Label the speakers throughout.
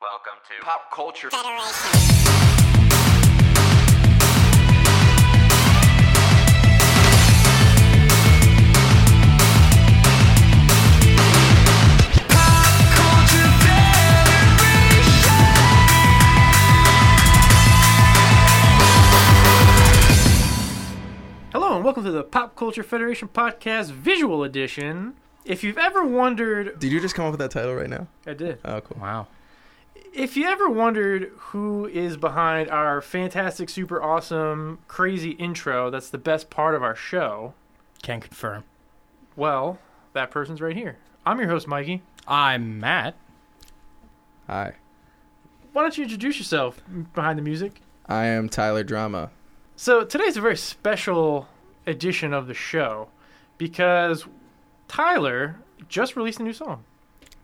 Speaker 1: Welcome to Pop Culture
Speaker 2: Federation.
Speaker 3: Hello and welcome to the Pop Culture Federation podcast visual edition. If you've ever wondered,
Speaker 4: Did you just come up with that title right now?
Speaker 3: I did.
Speaker 4: Oh, cool.
Speaker 5: Wow.
Speaker 3: If you ever wondered who is behind our fantastic, super awesome, crazy intro, that's the best part of our show.
Speaker 5: Can confirm.
Speaker 3: Well, that person's right here. I'm your host, Mikey.
Speaker 5: I'm Matt.
Speaker 4: Hi,
Speaker 3: Why don't you introduce yourself behind the music?
Speaker 4: I am Tyler Drama.
Speaker 3: So today's a very special edition of the show because Tyler just released a new song.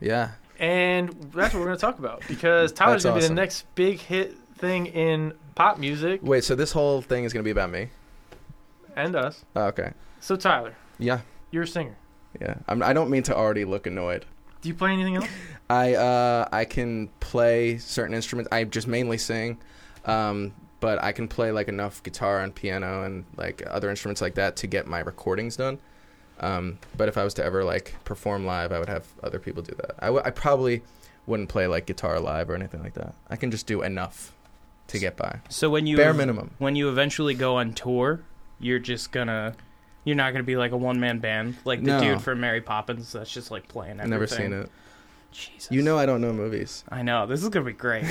Speaker 4: Yeah,
Speaker 3: and that's what we're going to talk about because Tyler's
Speaker 4: That's
Speaker 3: going to be
Speaker 4: awesome.
Speaker 3: the next big hit thing in pop music
Speaker 4: Wait, so this whole thing is gonna be about me?
Speaker 3: and us.
Speaker 4: Oh, okay.
Speaker 3: So Tyler,
Speaker 4: Yeah,
Speaker 3: you're a singer.
Speaker 4: yeah. I'm, I don't mean to already look annoyed.
Speaker 3: Do you play anything else?
Speaker 4: I uh, I can play certain instruments. I just mainly sing, um, but I can play like enough guitar and piano and like other instruments like that to get my recordings done. Um, but if I was to ever like perform live, I would have other people do that. I, w- I probably wouldn't play like guitar live or anything like that. I can just do enough to get by.
Speaker 5: So when you
Speaker 4: Bare minimum.
Speaker 5: when you eventually go on tour, you're just gonna you're not gonna be like a one man band like the
Speaker 4: No.
Speaker 5: dude from Mary Poppins that's just like playing.
Speaker 4: I've never
Speaker 5: everything.
Speaker 4: seen it.
Speaker 5: Jesus.
Speaker 4: You know I don't know movies.
Speaker 5: I know this is gonna be great.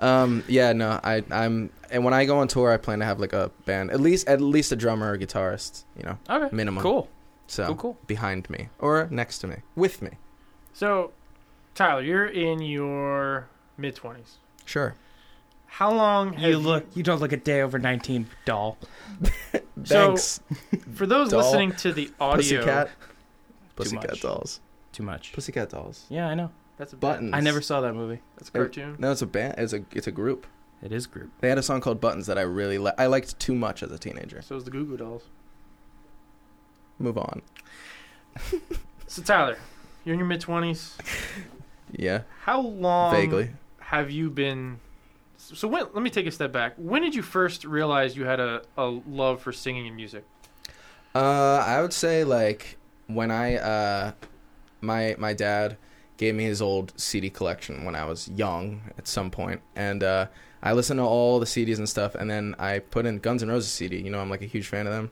Speaker 4: Um, yeah, no, I, I'm, and when I go on tour, I plan to have like a band, at least, at least a drummer or guitarist, you know,
Speaker 5: Okay.
Speaker 4: Minimum.
Speaker 5: Cool.
Speaker 4: so
Speaker 5: Cool. Cool.
Speaker 4: behind me or next to me, with me,
Speaker 3: So, Tyler, you're in your mid twenties.
Speaker 4: sure.
Speaker 3: How long? Have
Speaker 5: You look. You don't look a day over nineteen, doll.
Speaker 3: So-
Speaker 4: Thanks,
Speaker 3: for those
Speaker 4: Doll.
Speaker 3: listening to the audio.
Speaker 4: pussycat,
Speaker 5: much.
Speaker 4: pussycat dolls,
Speaker 5: Too much.
Speaker 4: pussycat dolls,
Speaker 5: Yeah, I know.
Speaker 3: That's a
Speaker 4: buttons.
Speaker 5: I never saw that movie.
Speaker 3: That's a cartoon.
Speaker 4: No, it's a band. It's a, it's a group.
Speaker 5: It is group.
Speaker 4: They had a song called Buttons that I really li- I liked too much as a teenager.
Speaker 3: So is the Goo Goo Dolls.
Speaker 4: Move on.
Speaker 3: So Tyler, you're in your mid twenties.
Speaker 4: Yeah,
Speaker 3: How long
Speaker 5: Um,
Speaker 4: vaguely.
Speaker 3: have you been? So when, let me take a step back. When did you first realize you had a, a love for singing and music?
Speaker 4: Uh, I would say like when I uh, my my dad gave me his old CD collection when I was young at some point, and uh, I listened to all the CDs and stuff, and then I put in Guns N' Roses CD. You know, I'm like a huge fan of them.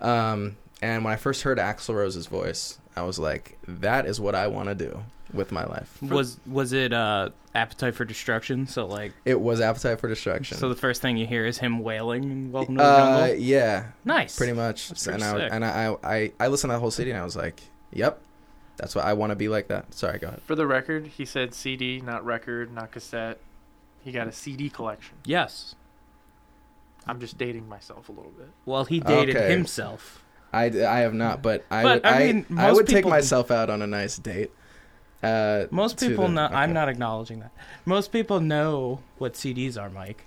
Speaker 4: Um, and when I first heard Axl Rose's voice, I was like, that is what I want to do with my life.
Speaker 5: Was was it uh Appetite for Destruction? So like,
Speaker 4: It was Appetite for Destruction.
Speaker 5: so the first thing you hear is him wailing. in Welcome to the
Speaker 4: uh,
Speaker 5: jungle.
Speaker 4: yeah,
Speaker 5: Nice.
Speaker 4: pretty much.
Speaker 5: That's pretty
Speaker 4: and I
Speaker 5: sick.
Speaker 4: and I, I I listened to that whole CD and I was like, yep, that's what I want to be like that. Sorry, go ahead.
Speaker 3: For the record, he said CD, not record, not cassette. He got a CD collection.
Speaker 5: Yes.
Speaker 3: I'm just dating myself a little bit.
Speaker 5: Well, he dated
Speaker 4: Okay.
Speaker 5: himself.
Speaker 4: I, I have not, but I
Speaker 5: But,
Speaker 4: would,
Speaker 5: I
Speaker 4: I,
Speaker 5: mean,
Speaker 4: I
Speaker 5: most
Speaker 4: would take
Speaker 5: people-
Speaker 4: myself out on a nice date. Uh,
Speaker 5: Most
Speaker 4: to
Speaker 5: people
Speaker 4: the-
Speaker 5: know. I'm
Speaker 4: okay.
Speaker 5: not acknowledging that. Most people know what CDs are, Mike.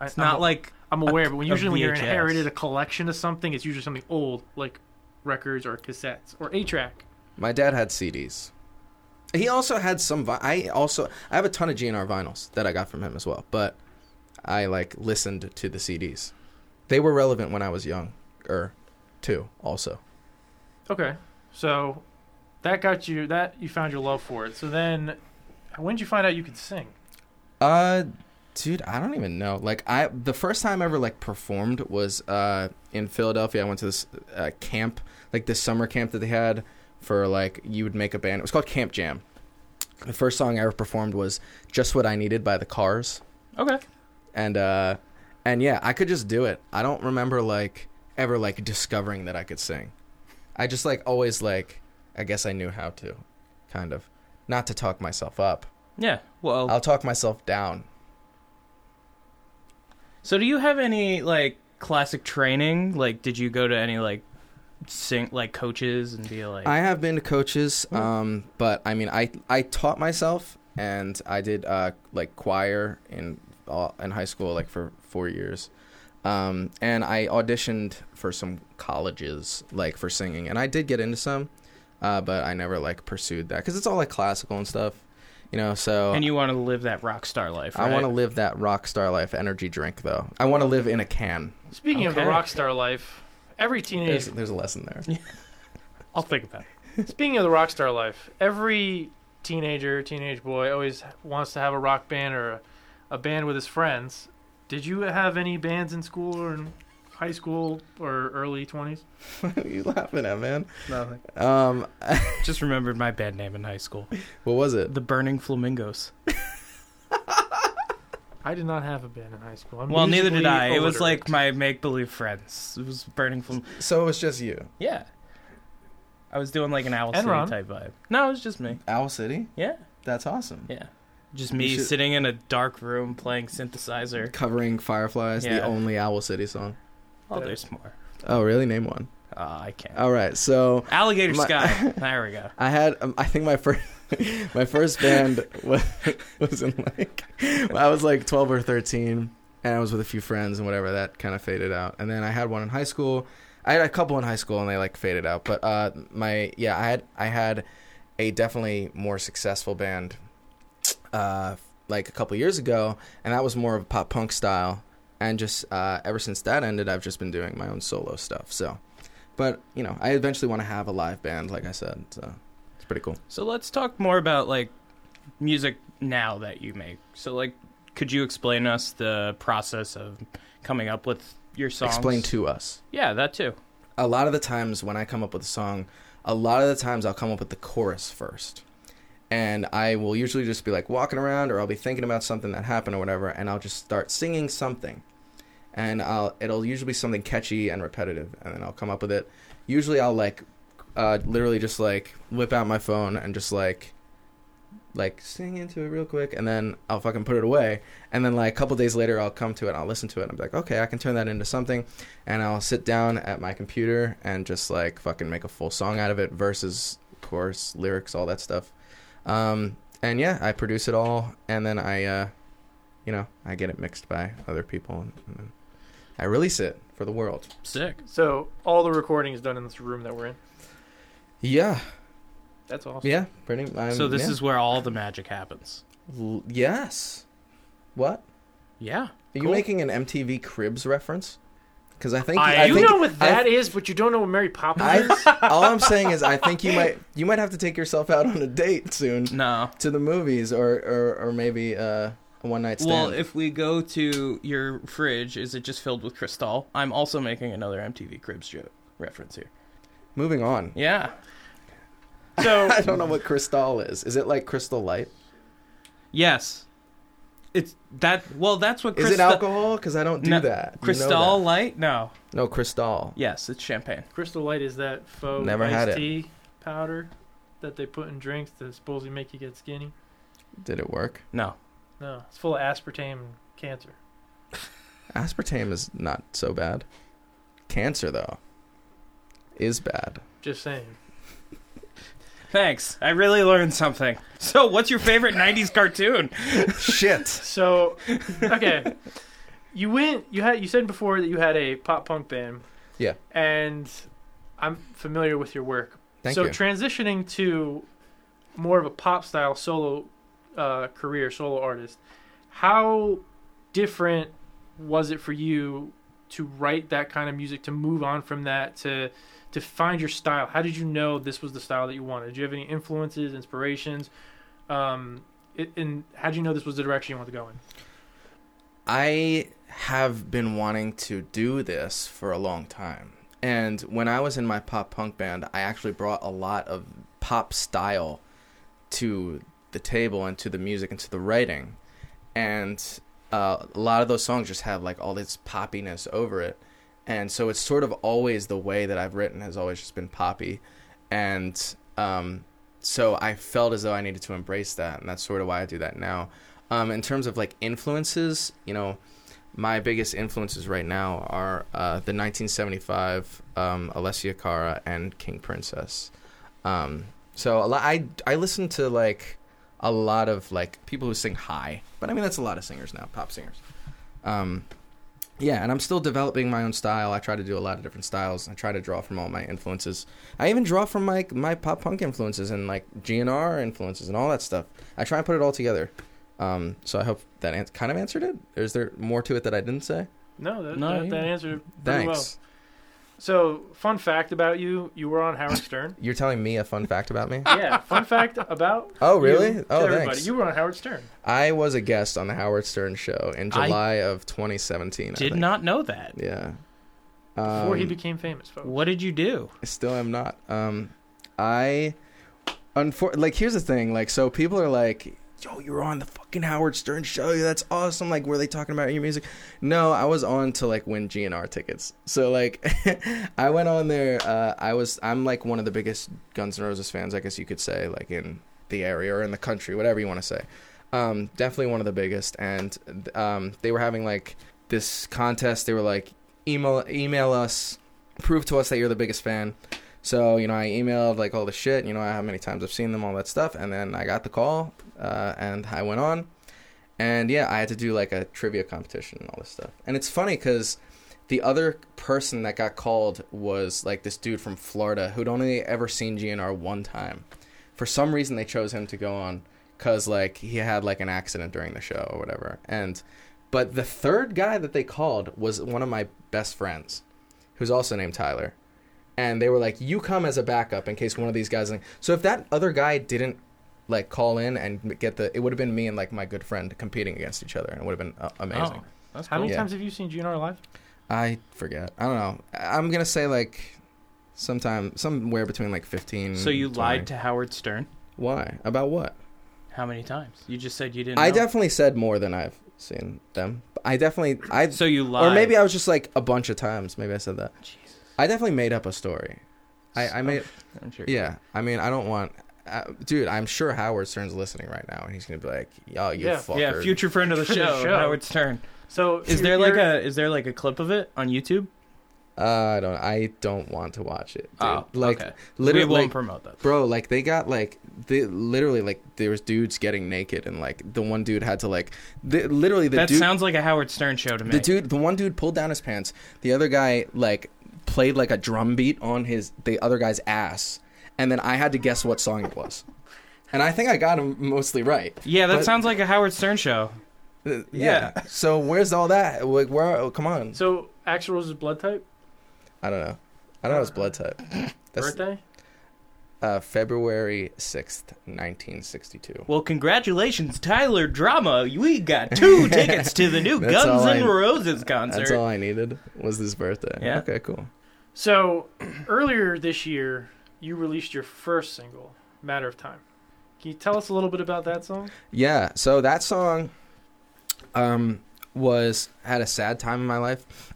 Speaker 3: I,
Speaker 5: It's not
Speaker 3: I'm,
Speaker 5: like
Speaker 3: I'm aware, but when
Speaker 5: a
Speaker 3: usually when you're
Speaker 5: VHS.
Speaker 3: inherited a collection of something, it's usually something old, like records or cassettes or a track.
Speaker 4: My dad had CDs. He also had some. Vi- I also I have a ton of GNR vinyls that I got from him as well. But I like listened to the CDs. They were relevant when I was young, or too. Also,
Speaker 3: Okay, so that got you that you found your love for it. So then, when did you find out you could sing?
Speaker 4: uh, dude, I don't even know. Like I, the first time I ever like performed was uh in Philadelphia. I went to this uh, camp, like this summer camp that they had for like you would make a band. It was called Camp Jam. The first song I ever performed was "Just What I Needed" by the Cars.
Speaker 5: okay.
Speaker 4: and uh and yeah i could just do it i don't remember like ever like discovering that i could sing i just like always like i guess i knew how to kind of not to talk myself up
Speaker 5: Yeah. Well,
Speaker 4: i'll talk myself down
Speaker 5: so do you have any like classic training? Like, did you go to any like sing like coaches and be like? Hmm.
Speaker 4: i have been to coaches um but i mean i i taught myself and i did uh like choir in uh, in high school like for four years um and i auditioned for some colleges like for singing and i did get into some uh, but I never like pursued that because it's all like classical and stuff. You know, so
Speaker 5: and you want to live that rock star life.
Speaker 4: I want to
Speaker 5: right?
Speaker 4: live that rock star life energy drink though. I want to live in a can.
Speaker 3: Speaking of the
Speaker 5: Okay.
Speaker 3: rock star life, every
Speaker 5: Hmm.
Speaker 4: There's,
Speaker 3: teenager.
Speaker 4: there's a lesson there.
Speaker 5: I'll think about it.
Speaker 3: Speaking of the rock star life, every teenager, teenage boy always wants to have a rock band or a, a band with his friends. Did you have any bands in school or in high school or early 20s?
Speaker 4: what are you laughing at, man?
Speaker 5: Nothing.
Speaker 4: Um,
Speaker 5: Just remembered my bad name in high school.
Speaker 4: what was it?
Speaker 5: The Burning Flamingos.
Speaker 3: I did not have a band in high school. I'm
Speaker 5: Well, neither did
Speaker 3: musically
Speaker 5: I. It was
Speaker 3: illiterate.
Speaker 5: like my make believe friends. It was Burning Flam.
Speaker 4: So it was just you.
Speaker 5: Yeah. I was doing like an Owl City
Speaker 3: Enron.
Speaker 5: type vibe. No, it was just me.
Speaker 4: Owl City.
Speaker 5: Yeah.
Speaker 4: That's awesome.
Speaker 5: Yeah. Just me
Speaker 4: should-
Speaker 5: sitting in a dark room playing synthesizer.
Speaker 4: Covering Fireflies, the
Speaker 5: Yeah.
Speaker 4: only Owl City song.
Speaker 5: Oh,
Speaker 3: Yeah.
Speaker 5: there's more.
Speaker 4: Oh, really? Name one.
Speaker 5: Oh, I can't.
Speaker 4: All right. So
Speaker 5: Alligator
Speaker 4: My-
Speaker 5: Sky. There we go.
Speaker 4: I had, um, I think my first, my first band was, was in like, I was like 12 or 13, and I was with a few friends and whatever. That kind of faded out. And then I had one in high school. I had a couple in high school, and they like faded out. But uh, my yeah, I had I had a definitely more successful band, uh, like a couple years ago, and that was more of pop punk style. And just uh, ever since that ended, I've just been doing my own solo stuff. So. But you know, I eventually want to have a live band, like I said. So it's pretty cool.
Speaker 5: So let's talk more about like music now that you make. So like could you explain us the process of coming up with your songs?
Speaker 4: Explain to us.
Speaker 5: Yeah, that too.
Speaker 4: A lot of the times when I come up with a song, a lot of the times I'll come up with the chorus first. And I will usually just be like walking around or I'll be thinking about something that happened or whatever and I'll just start singing something. And I'll it'll usually be something catchy and repetitive and then I'll come up with it. Usually I'll like uh, literally just like whip out my phone and just like like sing into it real quick and then I'll fucking put it away and then like a couple days later I'll come to it and I'll listen to it and I'll be like okay I can turn that into something and I'll sit down at my computer and just like fucking make a full song out of it verses chorus lyrics all that stuff um and yeah I produce it all and then I uh you know I get it mixed by other people and, and then I release it for the world
Speaker 5: Sick.
Speaker 3: So all the recording is done in this room that we're in.
Speaker 4: yeah
Speaker 3: That's awesome.
Speaker 4: yeah pretty I'm,
Speaker 5: so this
Speaker 4: Um, yeah.
Speaker 5: is where all the magic happens.
Speaker 4: L- yes what
Speaker 5: Yeah.
Speaker 4: Are you
Speaker 5: Cool.
Speaker 4: making an MTV Cribs reference? Because I think
Speaker 5: I-
Speaker 4: I,
Speaker 3: you
Speaker 4: think
Speaker 3: know what
Speaker 4: I-
Speaker 3: that is, but you don't know what Mary Poppins is.
Speaker 4: I, all I'm saying is I think you might you might have to take yourself out on a date soon
Speaker 5: No.
Speaker 4: to the movies or or, or maybe uh, a one night stand.
Speaker 5: Well, if we go to your fridge, is it just filled with Cristal? I'm also making another MTV Cribs joke reference here.
Speaker 4: Moving on.
Speaker 5: Yeah.
Speaker 3: So
Speaker 4: I don't know what Cristal is. Is it like Crystal Light?
Speaker 5: Yes. It's that. Well, that's what.
Speaker 4: Is it
Speaker 5: Cristal-
Speaker 4: alcohol? Because I don't do
Speaker 5: No,
Speaker 4: that. You know
Speaker 5: Cristal
Speaker 4: that.
Speaker 5: Light? No.
Speaker 4: No, Cristal.
Speaker 5: Yes, it's champagne.
Speaker 3: Crystal Light is that faux
Speaker 4: Never
Speaker 3: iced
Speaker 4: had it.
Speaker 3: tea powder that they put in drinks to supposedly make you get skinny.
Speaker 4: Did it work?
Speaker 5: No.
Speaker 3: No, it's full of aspartame and cancer.
Speaker 4: Aspartame is not so bad. Cancer though is bad.
Speaker 3: Just saying.
Speaker 5: Thanks. I really learned something. So, what's your favorite 90s cartoon?
Speaker 4: Shit.
Speaker 3: So, okay, you went. You had. You said before that you had a pop punk band.
Speaker 4: Yeah.
Speaker 3: And I'm familiar with your work.
Speaker 4: Thank
Speaker 3: so
Speaker 4: you.
Speaker 3: transitioning to more of a pop style solo uh, career, solo artist. How different was it for you to write that kind of music? To move on from that to to find your style. How did you know this was the style that you wanted? Did you have any influences, inspirations? Um, it, and how did you know this was the direction you wanted to go in?
Speaker 4: I have been wanting to do this for a long time. And when I was in my pop punk band, I actually brought a lot of pop style to the table and to the music and to the writing. And uh, a lot of those songs just have like all this poppiness over it. And so it's sort of always the way that I've written has always just been poppy. And um, so I felt as though I needed to embrace that. And that's sort of why I do that now. Um, in terms of like influences, you know, my biggest influences right now are uh, the 1975 um, Alessia Cara and King Princess. Um, so a lot, I I listen to like a lot of like people who sing high, but I mean that's a lot of singers now, pop singers. Um, yeah, and I'm still developing my own style. I try to do a lot of different styles. I try to draw from all my influences. I even draw from my my pop punk influences and like GNR influences and all that stuff. I try and put it all together. Um, so I hope that an- kind of answered it. Or is there more to it that I didn't say?
Speaker 3: No, that,
Speaker 5: No,
Speaker 3: that,
Speaker 5: you-
Speaker 3: that answered it pretty well.
Speaker 4: Thanks.
Speaker 3: So, fun fact about you: you were on Howard Stern.
Speaker 4: You're telling me a fun fact about me?
Speaker 3: yeah, fun fact about.
Speaker 4: Oh really?
Speaker 3: You, to
Speaker 4: oh
Speaker 3: everybody.
Speaker 4: thanks.
Speaker 3: You were on Howard Stern.
Speaker 4: I was a guest on the Howard Stern show in
Speaker 5: I
Speaker 4: July of 2017. I
Speaker 5: Did
Speaker 4: think.
Speaker 5: not know that.
Speaker 4: Yeah.
Speaker 3: Before he
Speaker 4: Um,
Speaker 3: became famous, folks.
Speaker 5: What did you do?
Speaker 4: I still am not. Um, I, unfor- like, here's the thing. Like, so people are like, "Yo, you're on the fucking Howard Stern show. That's awesome." Like, were they talking about your music? No, I was on to like win GNR tickets. So like, I went on there. Uh, I was. I'm like one of the biggest Guns N' Roses fans. I guess you could say like in the area or in the country, whatever you want to say. Um, definitely one of the biggest. And um, they were having like this contest. They were like, email email us, prove to us that you're the biggest fan. So you know, I emailed like all the shit. You know, how many times I've seen them, all that stuff. And then I got the call, uh, and I went on, and yeah, I had to do like a trivia competition and all this stuff. And it's funny because the other person that got called was like this dude from Florida who'd only ever seen GNR one time. For some reason, they chose him to go on because like he had like an accident during the show or whatever. And but the third guy that they called was one of my best friends, who's also named Tyler. And they were like, "You come as a backup in case one of these guys." Isn't. So if that other guy didn't like call in and get the, it would have been me and like my good friend competing against each other, and it would have been uh, amazing.
Speaker 5: Oh, that's
Speaker 3: How
Speaker 5: cool.
Speaker 3: many
Speaker 4: Yeah.
Speaker 3: times have you seen GNR live?
Speaker 4: I forget. I don't know. I- I'm gonna say like sometime somewhere between like 15.
Speaker 5: So you
Speaker 4: 20.
Speaker 5: lied to Howard Stern?
Speaker 4: Why? About what?
Speaker 5: How many times? You just said you didn't.
Speaker 4: I
Speaker 5: know.
Speaker 4: definitely said more than I've seen them. I definitely I
Speaker 5: So you lied.
Speaker 4: or maybe I was just like a bunch of times. Maybe I said that.
Speaker 5: Jesus.
Speaker 4: I definitely made up a story. I, I made
Speaker 5: I'm sure.
Speaker 4: yeah. I mean I don't want. Uh, dude, I'm sure Howard Stern's listening right now, and he's gonna be like, "Yo, you
Speaker 3: Yeah.
Speaker 4: fucker."
Speaker 5: Yeah, future friend of the
Speaker 3: Friend of the
Speaker 5: show,
Speaker 3: show.
Speaker 5: Howard Stern.
Speaker 3: So,
Speaker 5: Is there
Speaker 3: you're-
Speaker 5: like
Speaker 3: you're-
Speaker 5: a is there like a clip of it on YouTube?
Speaker 4: Uh, I don't. I don't want to watch it. Dude.
Speaker 5: Oh,
Speaker 4: like
Speaker 5: okay.
Speaker 4: literally,
Speaker 5: we won't
Speaker 4: like,
Speaker 5: promote that.
Speaker 4: bro like they got like they literally like there was dudes getting naked and like the one dude had to like the, literally the
Speaker 5: that
Speaker 4: dude
Speaker 5: sounds like a Howard Stern show to me.
Speaker 4: the dude the one dude pulled down his pants the other guy like played like a drum beat on his the other guy's ass and then i had to guess what song it was and i think i got him mostly right
Speaker 5: yeah, that
Speaker 4: but-
Speaker 5: sounds like a Howard Stern show.
Speaker 4: Uh,
Speaker 5: Yeah.
Speaker 4: so where's all that like where oh, come on
Speaker 3: So, Axl Rose's blood type
Speaker 4: i don't know i don't know his blood type that's
Speaker 3: birthday.
Speaker 4: uh, february 6th 1962
Speaker 5: Well, congratulations, Tyler Drama. We got two tickets to the new
Speaker 4: That's
Speaker 5: Guns
Speaker 4: all I-
Speaker 5: N' Roses concert.
Speaker 4: that's all i needed was this birthday
Speaker 5: Yeah.
Speaker 4: okay cool
Speaker 3: So, earlier this year, you released your first single, "Matter of Time." Can you tell us a little bit about that song?
Speaker 4: Yeah, so that song um was had a sad time in my life.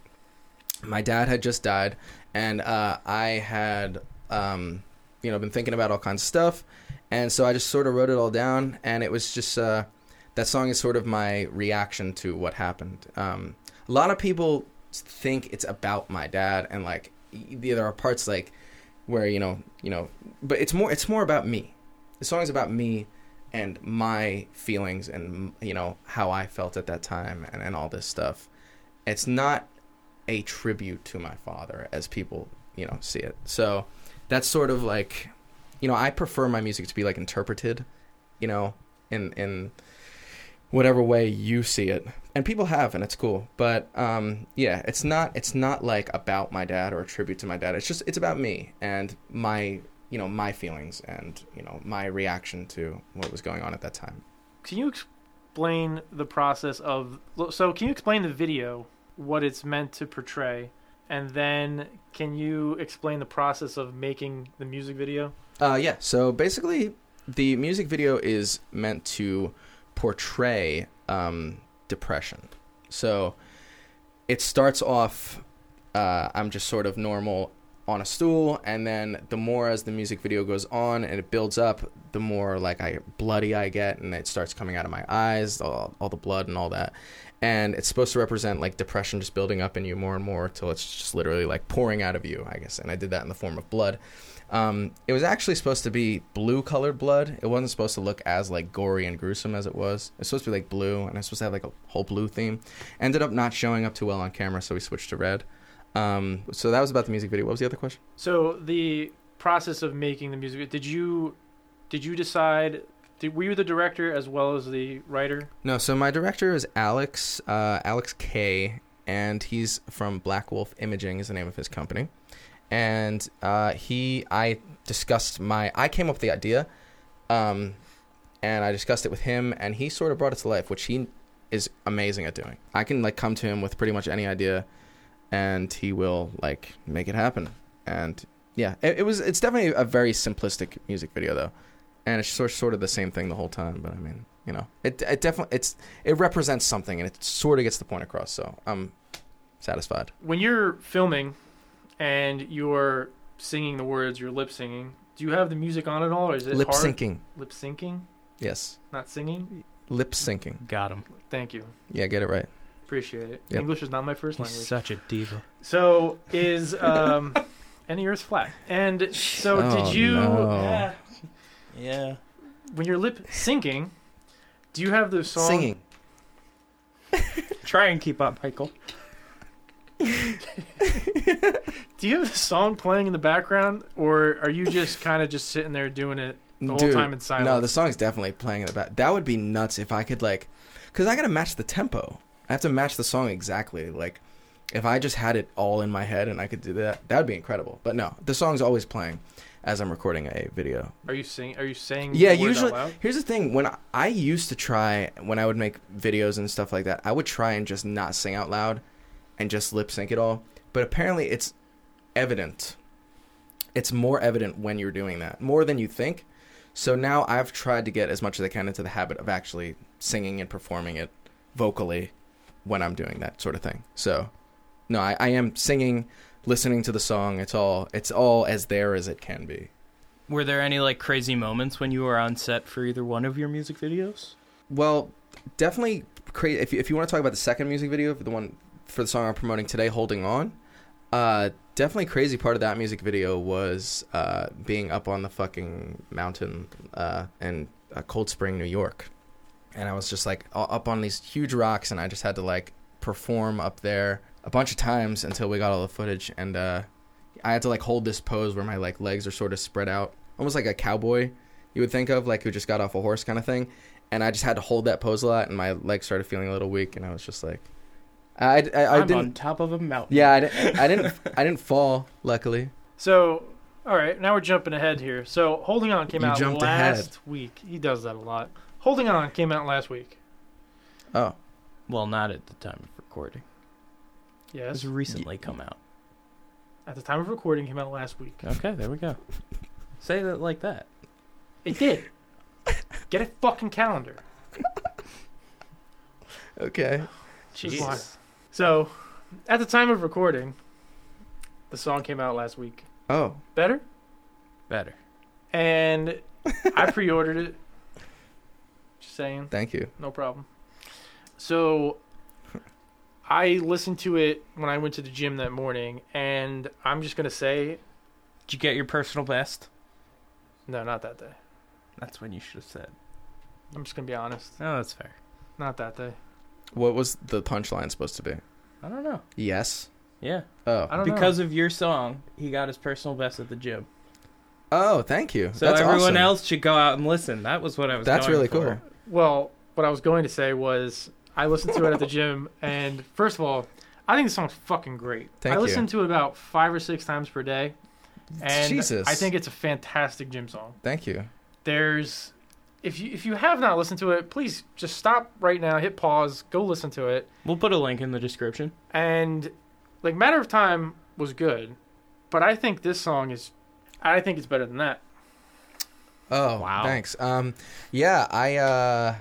Speaker 4: My dad had just died and uh I had um you know been thinking about all kinds of stuff and so I just sort of wrote it all down and it was just uh that song is sort of my reaction to what happened. Um a lot of people think it's about my dad and like y- there are parts like where you know, you know, but it's more it's more about me. The song is about me and my feelings and you know how I felt at that time and, and all this stuff. It's not a tribute to my father as people you know see it. So that's sort of like you know I prefer my music to be like interpreted, you know, in in whatever way you see it. And people have and it's cool. But um yeah, it's not it's not like about my dad or a tribute to my dad. It's just it's about me and my you know my feelings and you know my reaction to what was going on at that time
Speaker 3: Can you explain the process of so can you explain the video what it's meant to portray and then can you explain the process of making the music video?
Speaker 4: uh yeah so basically the music video is meant to portray um depression so it starts off uh i'm just sort of normal on a stool and then the more as the music video goes on and it builds up the more like i bloody i get and it starts coming out of my eyes all, all the blood and all that and it's supposed to represent like depression just building up in you more and more till it's just literally like pouring out of you i guess and i did that in the form of blood Um, it was actually supposed to be blue colored blood. It wasn't supposed to look as like gory and gruesome as it was. It's supposed to be like blue, and it's supposed to have like a whole blue theme. Ended up not showing up too well on camera, so we switched to red. Um, so that was about the music video. What was the other question?
Speaker 3: So the process of making the music did you did you decide did, were you the director as well as the writer?
Speaker 4: No, so my director is Alex, uh, Alex K, and he's from Black Wolf Imaging is the name of his company. And uh, he, I discussed my, I came up with the idea, um, and I discussed it with him, and he sort of brought it to life, which he is amazing at doing. I can like come to him with pretty much any idea, and he will like make it happen. And yeah, it, it was, it's definitely a very simplistic music video though, and it's sort sort of the same thing the whole time. But I mean, you know, it it definitely it's it represents something, and it sort of gets the point across. So I'm satisfied.
Speaker 3: When you're filming and you're singing the words, you're lip singing. Do you have the music on at all, or is it
Speaker 4: Lip
Speaker 3: hard?
Speaker 4: syncing,
Speaker 3: Lip syncing,
Speaker 4: yes,
Speaker 3: not singing.
Speaker 4: lip syncing.
Speaker 5: Got him.
Speaker 3: Thank you,
Speaker 4: Yeah, get it right.
Speaker 3: appreciate it.
Speaker 4: Yep.
Speaker 3: English is not my first
Speaker 5: He's
Speaker 3: language.
Speaker 5: such a diva.
Speaker 3: So is um, and the Earth's flat. And so
Speaker 4: Oh,
Speaker 3: did you
Speaker 4: no.
Speaker 5: Yeah.
Speaker 3: when you're lip syncing? Do you have the song?
Speaker 4: Singing.
Speaker 5: Try and keep up, Michael.
Speaker 3: Do you have the song playing in the background, or are you just kind of just sitting there doing it? The whole
Speaker 4: Dude,
Speaker 3: time in silence.
Speaker 4: No, the song's definitely playing in the back. That would be nuts if I could like, because I gotta match the tempo. I have to match the song exactly. Like, if I just had it all in my head and I could do that, that would be incredible. But no, the song's always playing as I'm recording a video.
Speaker 3: Are you sing? Are you saying?
Speaker 4: yeah
Speaker 3: the words
Speaker 4: usually
Speaker 3: Out loud?
Speaker 4: here's the thing when I, I used to try when i would make videos and stuff like that i would try and just not sing out loud and just lip sync it all but apparently it's evident it's more evident when you're doing that more than you think so now i've tried to get as much as i can into the habit of actually singing and performing it vocally when i'm doing that sort of thing so no i, I am singing listening to the song it's all it's all as there as it can be
Speaker 5: Were there any like crazy moments when you were on set for either one of your music videos?
Speaker 4: Well, definitely. Cra- if you, if you want to talk about the second music video, the one for the song I'm promoting today, "Holding On," uh, definitely crazy part of that music video was uh, being up on the fucking mountain uh, in uh, Cold Spring, New York, and I was just like u- up on these huge rocks, and I just had to like perform up there a bunch of times until we got all the footage, and uh, I had to like hold this pose where my like legs are sort of spread out, almost like a cowboy you would think of, like who just got off a horse kind of thing and I just had to hold that pose a lot, and my legs started feeling a little weak, and I was just like, I, I, I
Speaker 5: am
Speaker 4: didn't,
Speaker 5: on top of a mountain.
Speaker 4: yeah, I didn't, I didn't, I didn't fall. Luckily,
Speaker 3: So, all right, now we're jumping ahead here. So, Holding On came
Speaker 4: You
Speaker 3: out
Speaker 4: jumped
Speaker 3: last
Speaker 4: ahead.
Speaker 3: week. He does that a lot. Holding On came out last week.
Speaker 4: oh,
Speaker 5: Well, not at the time of recording. It's
Speaker 3: Yes.
Speaker 5: recently come out.
Speaker 3: At the time of recording, came out last week.
Speaker 5: Okay, there we go. Say that like that.
Speaker 3: It did. Get a fucking calendar.
Speaker 4: okay,
Speaker 3: Jeez. So, at the time of recording, the song came out last week.
Speaker 4: oh,
Speaker 3: Better?
Speaker 5: Better.
Speaker 3: And I pre ordered it. Just saying.
Speaker 4: thank you.
Speaker 3: No problem. So I listened to it when I went to the gym that morning, and I'm just gonna say
Speaker 5: Did you get your personal best?
Speaker 3: no, not that day.
Speaker 5: That's when you should have said.
Speaker 3: I'm just gonna be honest,
Speaker 5: No, Oh, that's fair.
Speaker 3: not that day.
Speaker 4: What was the punchline supposed to be?
Speaker 5: I don't know.
Speaker 4: Yes.
Speaker 5: Yeah.
Speaker 3: I
Speaker 4: Oh,
Speaker 3: don't
Speaker 5: Because of your song, he got his personal best at the gym.
Speaker 4: oh, thank you.
Speaker 5: So
Speaker 4: That's
Speaker 5: everyone
Speaker 4: awesome.
Speaker 5: else should go out and listen. That was what I was
Speaker 4: That's
Speaker 5: going
Speaker 4: really
Speaker 5: for.
Speaker 4: cool.
Speaker 3: know. Well, what I was going to say was I listened to it at the gym, and first of all, I think the song's fucking great.
Speaker 4: Thank
Speaker 3: I
Speaker 4: you.
Speaker 3: listen to it about five or six times per day, and
Speaker 4: Jesus.
Speaker 3: I think it's a fantastic gym song.
Speaker 4: Thank you.
Speaker 3: there's if you if you have not listened to it, please just stop right now, hit pause, go listen to it.
Speaker 5: We'll put a link in the description.
Speaker 3: And like Matter of Time was good, but I think this song is I think it's better than that.
Speaker 4: Oh,
Speaker 5: Wow.
Speaker 4: Thanks. Um, yeah, I, uh,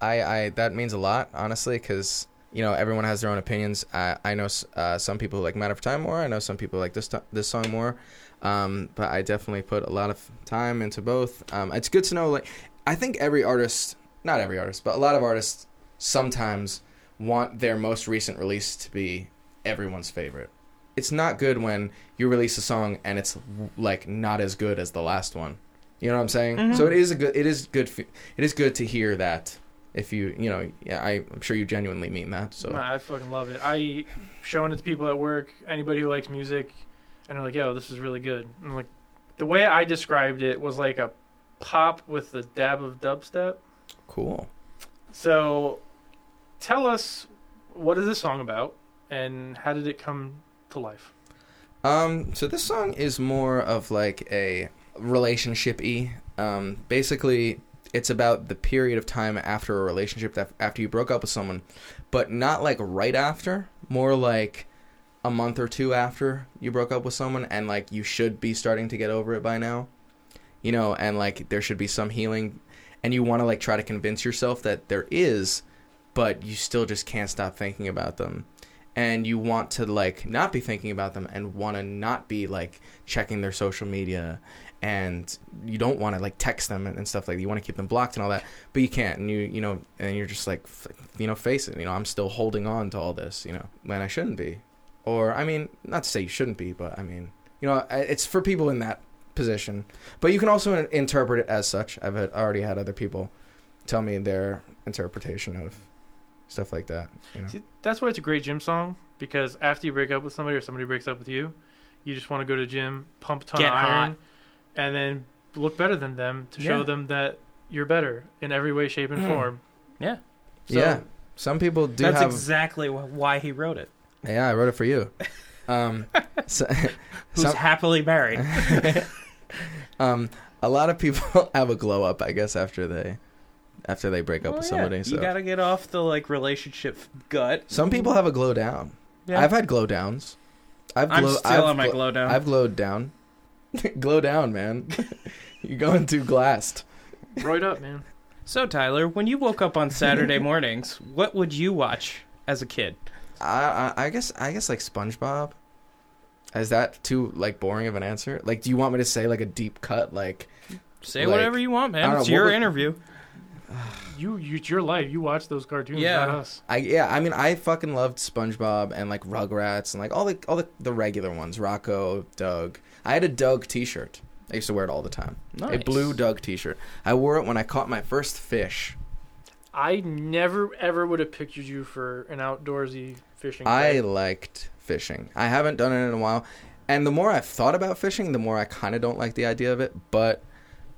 Speaker 4: I, I, that means a lot, honestly, because you know everyone has their own opinions. I, I know s- uh, some people like Matter of Time more. I know some people like this t- this song more. Um, but I definitely put a lot of time into both. Um, it's good to know. Like, I think every artist, not every artist, but a lot of artists sometimes want their most recent release to be everyone's favorite. it's not good when you release a song and it's like not as good as the last one. You know what I'm saying? So it is a good it is good f- it is good to hear that if you you know yeah, I, I'm sure you genuinely mean that. So
Speaker 3: Nah, I fucking love it. I showing it to people at work, anybody who likes music, and they're like, "Yo, this is really good." And like, the way I described it was like a pop with a dab of dubstep.
Speaker 4: cool.
Speaker 3: So, tell us what is this song about, and how did it come to life?
Speaker 4: Um, so this song is more of like a relationship y. Um, basically, it's about the period of time after a relationship that after you broke up with someone, but not like right after, more like a month or two after you broke up with someone, and like you should be starting to get over it by now, you know, and like there should be some healing, and you want to like try to convince yourself that there is, but you still just can't stop thinking about them and you want to like not be thinking about them and want to not be like checking their social media and you don't want to like text them and, and stuff like that. you want to keep them blocked and all that but you can't and you you know and you're just like f- you know face it you know i'm still holding on to all this you know when i shouldn't be or i mean not to say you shouldn't be but i mean you know I- it's for people in that position but you can also in- interpret it as such i've had, already had other people tell me their interpretation of stuff like that you know
Speaker 3: See, that's why it's a great gym song because after you break up with somebody or somebody breaks up with you, you just want to go to the gym, pump a ton
Speaker 5: Get
Speaker 3: of
Speaker 5: hot.
Speaker 3: iron, and then look better than them to show
Speaker 5: Yeah. Mm.
Speaker 3: them that you're better in every way, shape, and form.
Speaker 5: Yeah.
Speaker 4: yeah, some people do
Speaker 5: That's
Speaker 4: have.
Speaker 5: exactly wh- why he wrote it.
Speaker 4: yeah, I wrote it for you. Um, so,
Speaker 5: Who's
Speaker 4: Some-
Speaker 5: happily married.
Speaker 4: um, a lot of people have a glow up, I guess, after they after they break up with somebody. So
Speaker 5: Oh, You gotta get off the like relationship gut.
Speaker 4: some people have a glow down.
Speaker 5: Yeah.
Speaker 4: I've had glow downs. I've
Speaker 5: I'm
Speaker 4: glow,
Speaker 5: still
Speaker 4: I've
Speaker 5: on my
Speaker 4: glo-
Speaker 5: glow down.
Speaker 4: I've glowed down. glow down, man. You're going too glassed.
Speaker 3: Right up, man.
Speaker 5: So Tyler, when you woke up on Saturday mornings, what would you watch as a kid?
Speaker 4: I, I I guess I guess like SpongeBob. Is that too like boring of an answer? Like, do you want me to say like a deep cut? Like,
Speaker 5: Say
Speaker 4: Like,
Speaker 5: whatever you want,
Speaker 4: I
Speaker 5: man.
Speaker 4: don't know,
Speaker 5: It's
Speaker 4: what
Speaker 5: your
Speaker 4: would-
Speaker 5: interview.
Speaker 3: You, you, it's your life. You watch those cartoons,
Speaker 5: Yeah.
Speaker 3: not us.
Speaker 4: I yeah, I mean I fucking loved SpongeBob and like Rugrats and like all the all the, the regular ones, Rocco, Doug. I had a Doug t-shirt. I used to wear it all the time.
Speaker 5: Nice.
Speaker 4: A blue Doug t-shirt. I wore it when I caught my first fish.
Speaker 3: I never ever would have pictured you for an outdoorsy fishing.
Speaker 4: I
Speaker 3: trip.
Speaker 4: liked fishing. I haven't done it in a while. And the more I've thought about fishing, the more I kind of don't like the idea of it, but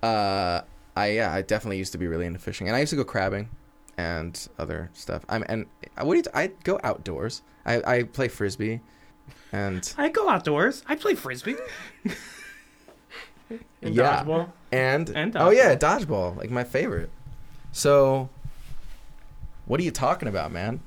Speaker 4: uh I yeah, I definitely used to be really into fishing. And I used to go crabbing and other stuff. I'm and what do you t- I go outdoors. I I play frisbee and
Speaker 5: I go outdoors. I play frisbee.
Speaker 3: And
Speaker 4: yeah.
Speaker 3: dodgeball.
Speaker 4: and,
Speaker 5: And
Speaker 4: oh yeah, dodgeball, like my favorite. So, what are you talking about, man?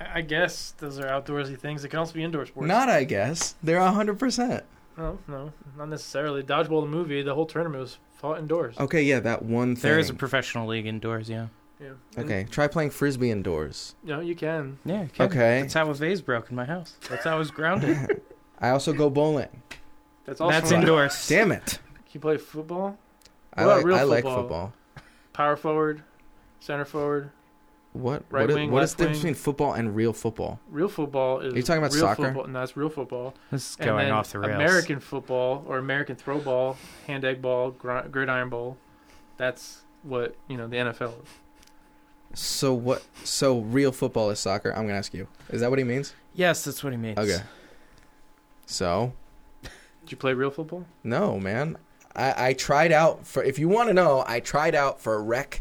Speaker 3: I, I guess those are outdoorsy things. It can also be indoor sports.
Speaker 4: Not, I guess. They're hundred percent.
Speaker 3: no, no, not necessarily. Dodgeball, the movie, the whole tournament was fought indoors.
Speaker 4: Okay, yeah, that one thing.
Speaker 5: There is a professional league indoors, yeah.
Speaker 3: Yeah.
Speaker 4: okay, try playing frisbee indoors.
Speaker 3: No, you can.
Speaker 5: Yeah. you can.
Speaker 4: Okay,
Speaker 5: That's how a vase broke in my house. That's how I was grounded.
Speaker 4: I also go bowling.
Speaker 3: That's also
Speaker 5: That's
Speaker 3: allowed.
Speaker 5: indoors.
Speaker 4: Damn it!
Speaker 3: Can you play football?
Speaker 4: I
Speaker 3: What about
Speaker 4: like
Speaker 3: real
Speaker 4: I like
Speaker 3: football?
Speaker 4: football.
Speaker 3: Power forward, center forward.
Speaker 4: What
Speaker 3: Right
Speaker 4: what is,
Speaker 3: wing,
Speaker 4: what is
Speaker 3: left
Speaker 4: the difference
Speaker 3: wing.
Speaker 4: between football and real football?
Speaker 3: Real football is.
Speaker 4: Are you talking about
Speaker 3: real
Speaker 4: soccer?
Speaker 3: Football, no, that's real football.
Speaker 5: This is
Speaker 3: And
Speaker 5: going
Speaker 3: then
Speaker 5: off the rails.
Speaker 3: American football or American throw ball, hand egg ball, gr- gridiron bowl. That's what you know the NFL is.
Speaker 4: So what? So real football is soccer. I'm gonna ask you. Is that what he means?
Speaker 5: Yes, that's what he means.
Speaker 4: Okay. So
Speaker 3: Did you play real football?
Speaker 4: No, man. I, I tried out for. If you want to know, I tried out for rec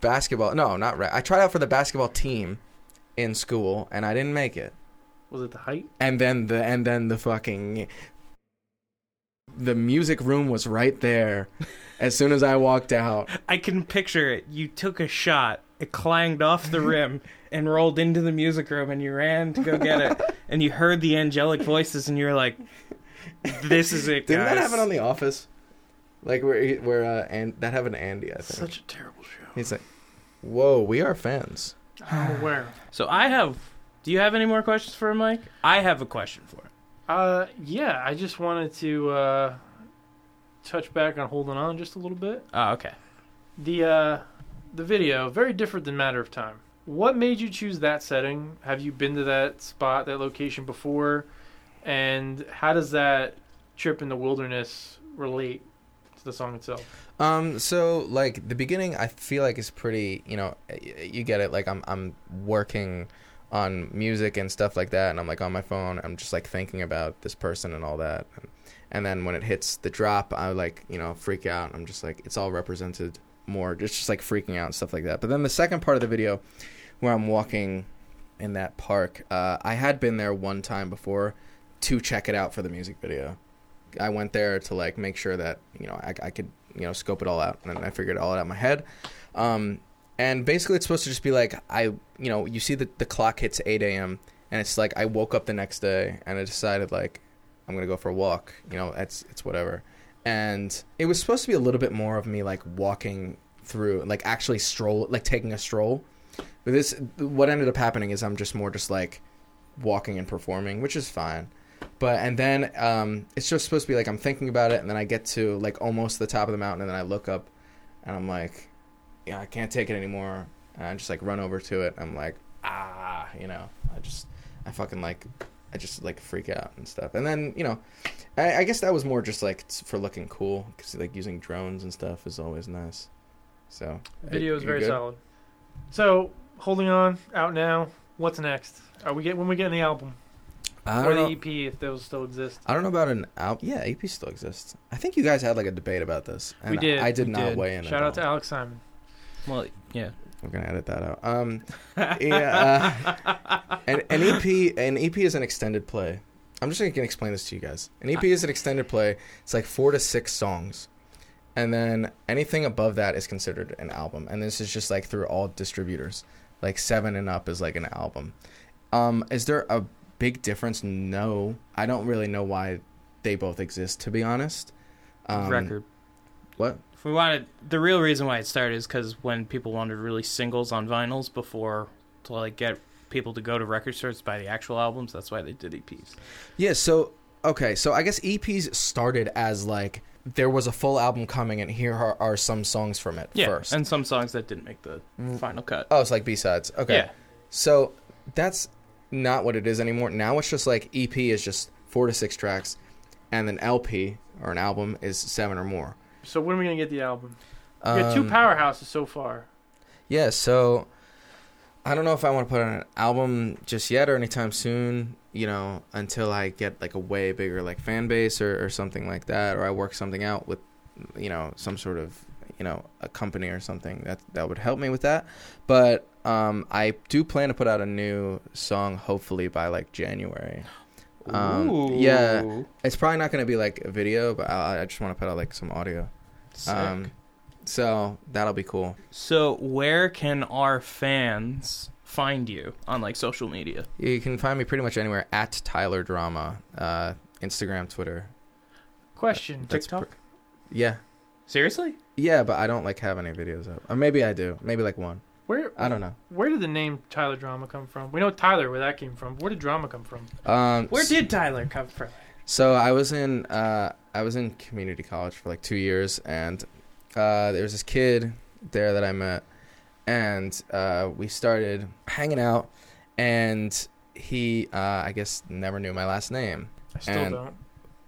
Speaker 4: basketball. No, not rec. I tried out for the basketball team in school, and I didn't make it.
Speaker 3: Was it the height?
Speaker 4: And then the and then the fucking the music room was right there. As soon as I walked out,
Speaker 5: I can picture it. You took a shot, it clanged off the rim and rolled into the music room, and you ran to go get it. and you heard the angelic voices, and you were like, "This is it,
Speaker 4: didn't
Speaker 5: guys."
Speaker 4: that happen on The Office? Like where he- where uh, and that happened to Andy. I think
Speaker 3: Such a terrible show.
Speaker 4: he's like, "Whoa, we are fans."
Speaker 3: I'm aware.
Speaker 5: so I have. Do you have any more questions for him, Mike? I have a question for him.
Speaker 3: Uh, yeah, I just wanted to uh, touch back on holding on just a little bit.
Speaker 5: Oh, okay.
Speaker 3: The uh, the video very different than Matter of Time. What made you choose that setting? Have you been to that spot, that location before? And how does that trip in the wilderness relate to the song itself?
Speaker 4: Um, so like the beginning, I feel like is pretty. You know, y- you get it. Like I'm I'm working on music and stuff like that, and I'm like on my phone. I'm just like thinking about this person and all that. And, and then when it hits the drop, I like you know freak out. I'm just like it's all represented more. Just just like freaking out and stuff like that. But then the second part of the video, where I'm walking in that park, uh, I had been there one time before to check it out for the music video. I went there to like make sure that you know I, I could you know scope it all out, and then I figured it all out in my head. Um, and basically, it's supposed to just be like I you know you see that the clock hits 8 a.m. and it's like I woke up the next day and I decided like I'm gonna go for a walk. You know, it's it's whatever. And it was supposed to be a little bit more of me like walking through, like actually stroll, like taking a stroll. But this, what ended up happening is I'm just more just like walking and performing, which is fine. But and then um, it's just supposed to be like I'm thinking about it, and then I get to like almost the top of the mountain, and then I look up, and I'm like, yeah, I can't take it anymore, and I just like run over to it. I'm like, ah, you know, I just I fucking like I just like freak out and stuff. And then you know, I, I guess that was more just like s- for looking cool, because like using drones and stuff is always nice. So
Speaker 3: Video is
Speaker 4: you
Speaker 3: very
Speaker 4: good?
Speaker 3: solid. So holding on, out now. What's next? Are we get when we getting the album
Speaker 4: I
Speaker 3: or
Speaker 4: don't
Speaker 3: the
Speaker 4: know.
Speaker 3: EP if those still exist?
Speaker 4: I don't know about an out. Yeah, AP still exists. I think you guys had like a debate about this, and
Speaker 3: We did,
Speaker 4: I, did
Speaker 5: we
Speaker 4: not
Speaker 5: did.
Speaker 4: weigh in.
Speaker 3: Shout
Speaker 4: at
Speaker 3: out to
Speaker 4: all.
Speaker 3: Alex Simon.
Speaker 5: Well, yeah.
Speaker 4: We're gonna edit that out. Um, yeah. Uh, an, an EP, an EP is an extended play. I'm just gonna explain this to you guys. An EP is an extended play. It's like four to six songs, and then anything above that is considered an album. And this is just like through all distributors. Like seven and up is like an album. Um, is there a big difference? No, I don't really know why they both exist. To be honest, um,
Speaker 5: record.
Speaker 4: What?
Speaker 5: If we wanted the real reason why it started is because when people wanted to release singles on vinyls before to like get people to go to record stores to buy the actual albums, that's why they did E EPs.
Speaker 4: Yeah, so okay, so I guess EPs started as like there was a full album coming and here are, are some songs from it
Speaker 5: Yeah,
Speaker 4: first.
Speaker 5: and some songs that didn't make the
Speaker 3: Mm.
Speaker 5: final cut.
Speaker 4: oh, it's like B-sides. Okay.
Speaker 5: Yeah,
Speaker 4: So that's not what it is anymore. Now it's just like EP is just 4 to 6 tracks and an LP or an album is 7 or more.
Speaker 3: So when are we gonna get the album? We got two
Speaker 4: Um,
Speaker 3: powerhouses so far.
Speaker 4: Yeah, so I don't know if I want to put out an album just yet or anytime soon, you know, until I get like a way bigger like fan base or, or something like that, or I work something out with, you know, some sort of, you know, a company or something that that would help me with that. But um, I do plan to put out a new song hopefully by like January. Um, yeah.
Speaker 5: Ooh,
Speaker 4: It's probably not going to be like a video, but I, I just want to put out like some audio.
Speaker 5: sick.
Speaker 4: Um, so that'll be cool.
Speaker 5: so where can our fans find you on like social media?
Speaker 4: You can find me pretty much anywhere at Tyler Drama, uh, Instagram, Twitter.
Speaker 3: Question.
Speaker 4: That's
Speaker 5: TikTok?
Speaker 4: Yeah,
Speaker 5: Seriously?
Speaker 4: yeah, but I don't like have any videos up. Or maybe I do. Maybe like one.
Speaker 3: Where
Speaker 4: I don't know.
Speaker 3: where did the name Tyler Drama come from? We know Tyler where that came from. Where did drama come from?
Speaker 4: Um,
Speaker 5: Where did Tyler come from?
Speaker 4: So I was in uh, I was in community college for like two years, and uh, there was this kid there that I met, and uh, we started hanging out, and he uh, I guess never knew my last name,
Speaker 3: I still
Speaker 4: And-
Speaker 3: don't.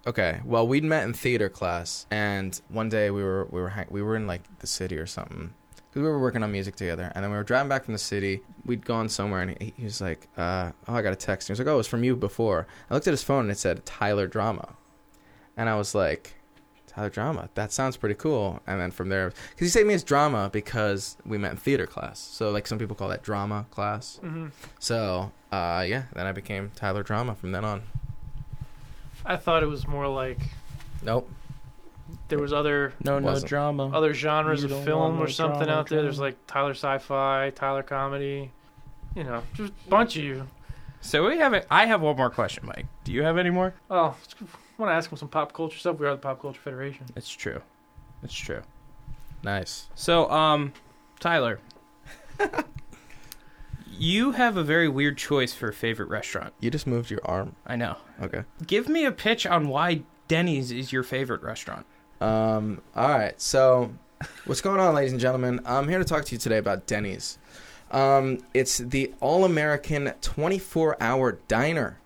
Speaker 4: Okay. Well, we'd met in theater class, and one day we were we were hang- we were in like the city or something. 'Cause we were working on music together, and then we were driving back from the city. We'd gone somewhere, and he, he was like, uh, "Oh, I got a text." And he was like, "Oh, it was from you before." I looked at his phone, and it said Tyler Drama, and I was like, "Tyler Drama, that sounds pretty cool." And then from there, because he saved me as Drama because we met in theater class, so like some people call that drama class.
Speaker 3: hmm
Speaker 4: So uh, yeah, then I became Tyler Drama from then on.
Speaker 3: I thought it was more like
Speaker 4: Nope.
Speaker 3: there was other
Speaker 5: No, no
Speaker 4: Wasn't.
Speaker 5: drama.
Speaker 3: other genres
Speaker 5: You
Speaker 3: of
Speaker 5: don't
Speaker 3: film
Speaker 5: want no
Speaker 3: or something
Speaker 5: drama,
Speaker 3: out there. There's
Speaker 5: drama.
Speaker 3: like Tyler Sci-Fi, Tyler Comedy, you know, just a bunch of you.
Speaker 5: So we have. A, I have one more question, Mike. Do you have any more?
Speaker 3: Oh, want to ask him some pop culture stuff. We are the Pop Culture Federation.
Speaker 5: It's true. It's true.
Speaker 4: Nice.
Speaker 5: So, um, Tyler, you have a very weird choice for a favorite restaurant.
Speaker 4: You just moved your arm.
Speaker 5: I know.
Speaker 4: Okay.
Speaker 5: Give me a pitch on why Denny's is your favorite restaurant.
Speaker 4: Um. All right. So, what's going on, ladies and gentlemen? I'm here to talk to you today about Denny's. Um, it's the all-American 24-hour diner.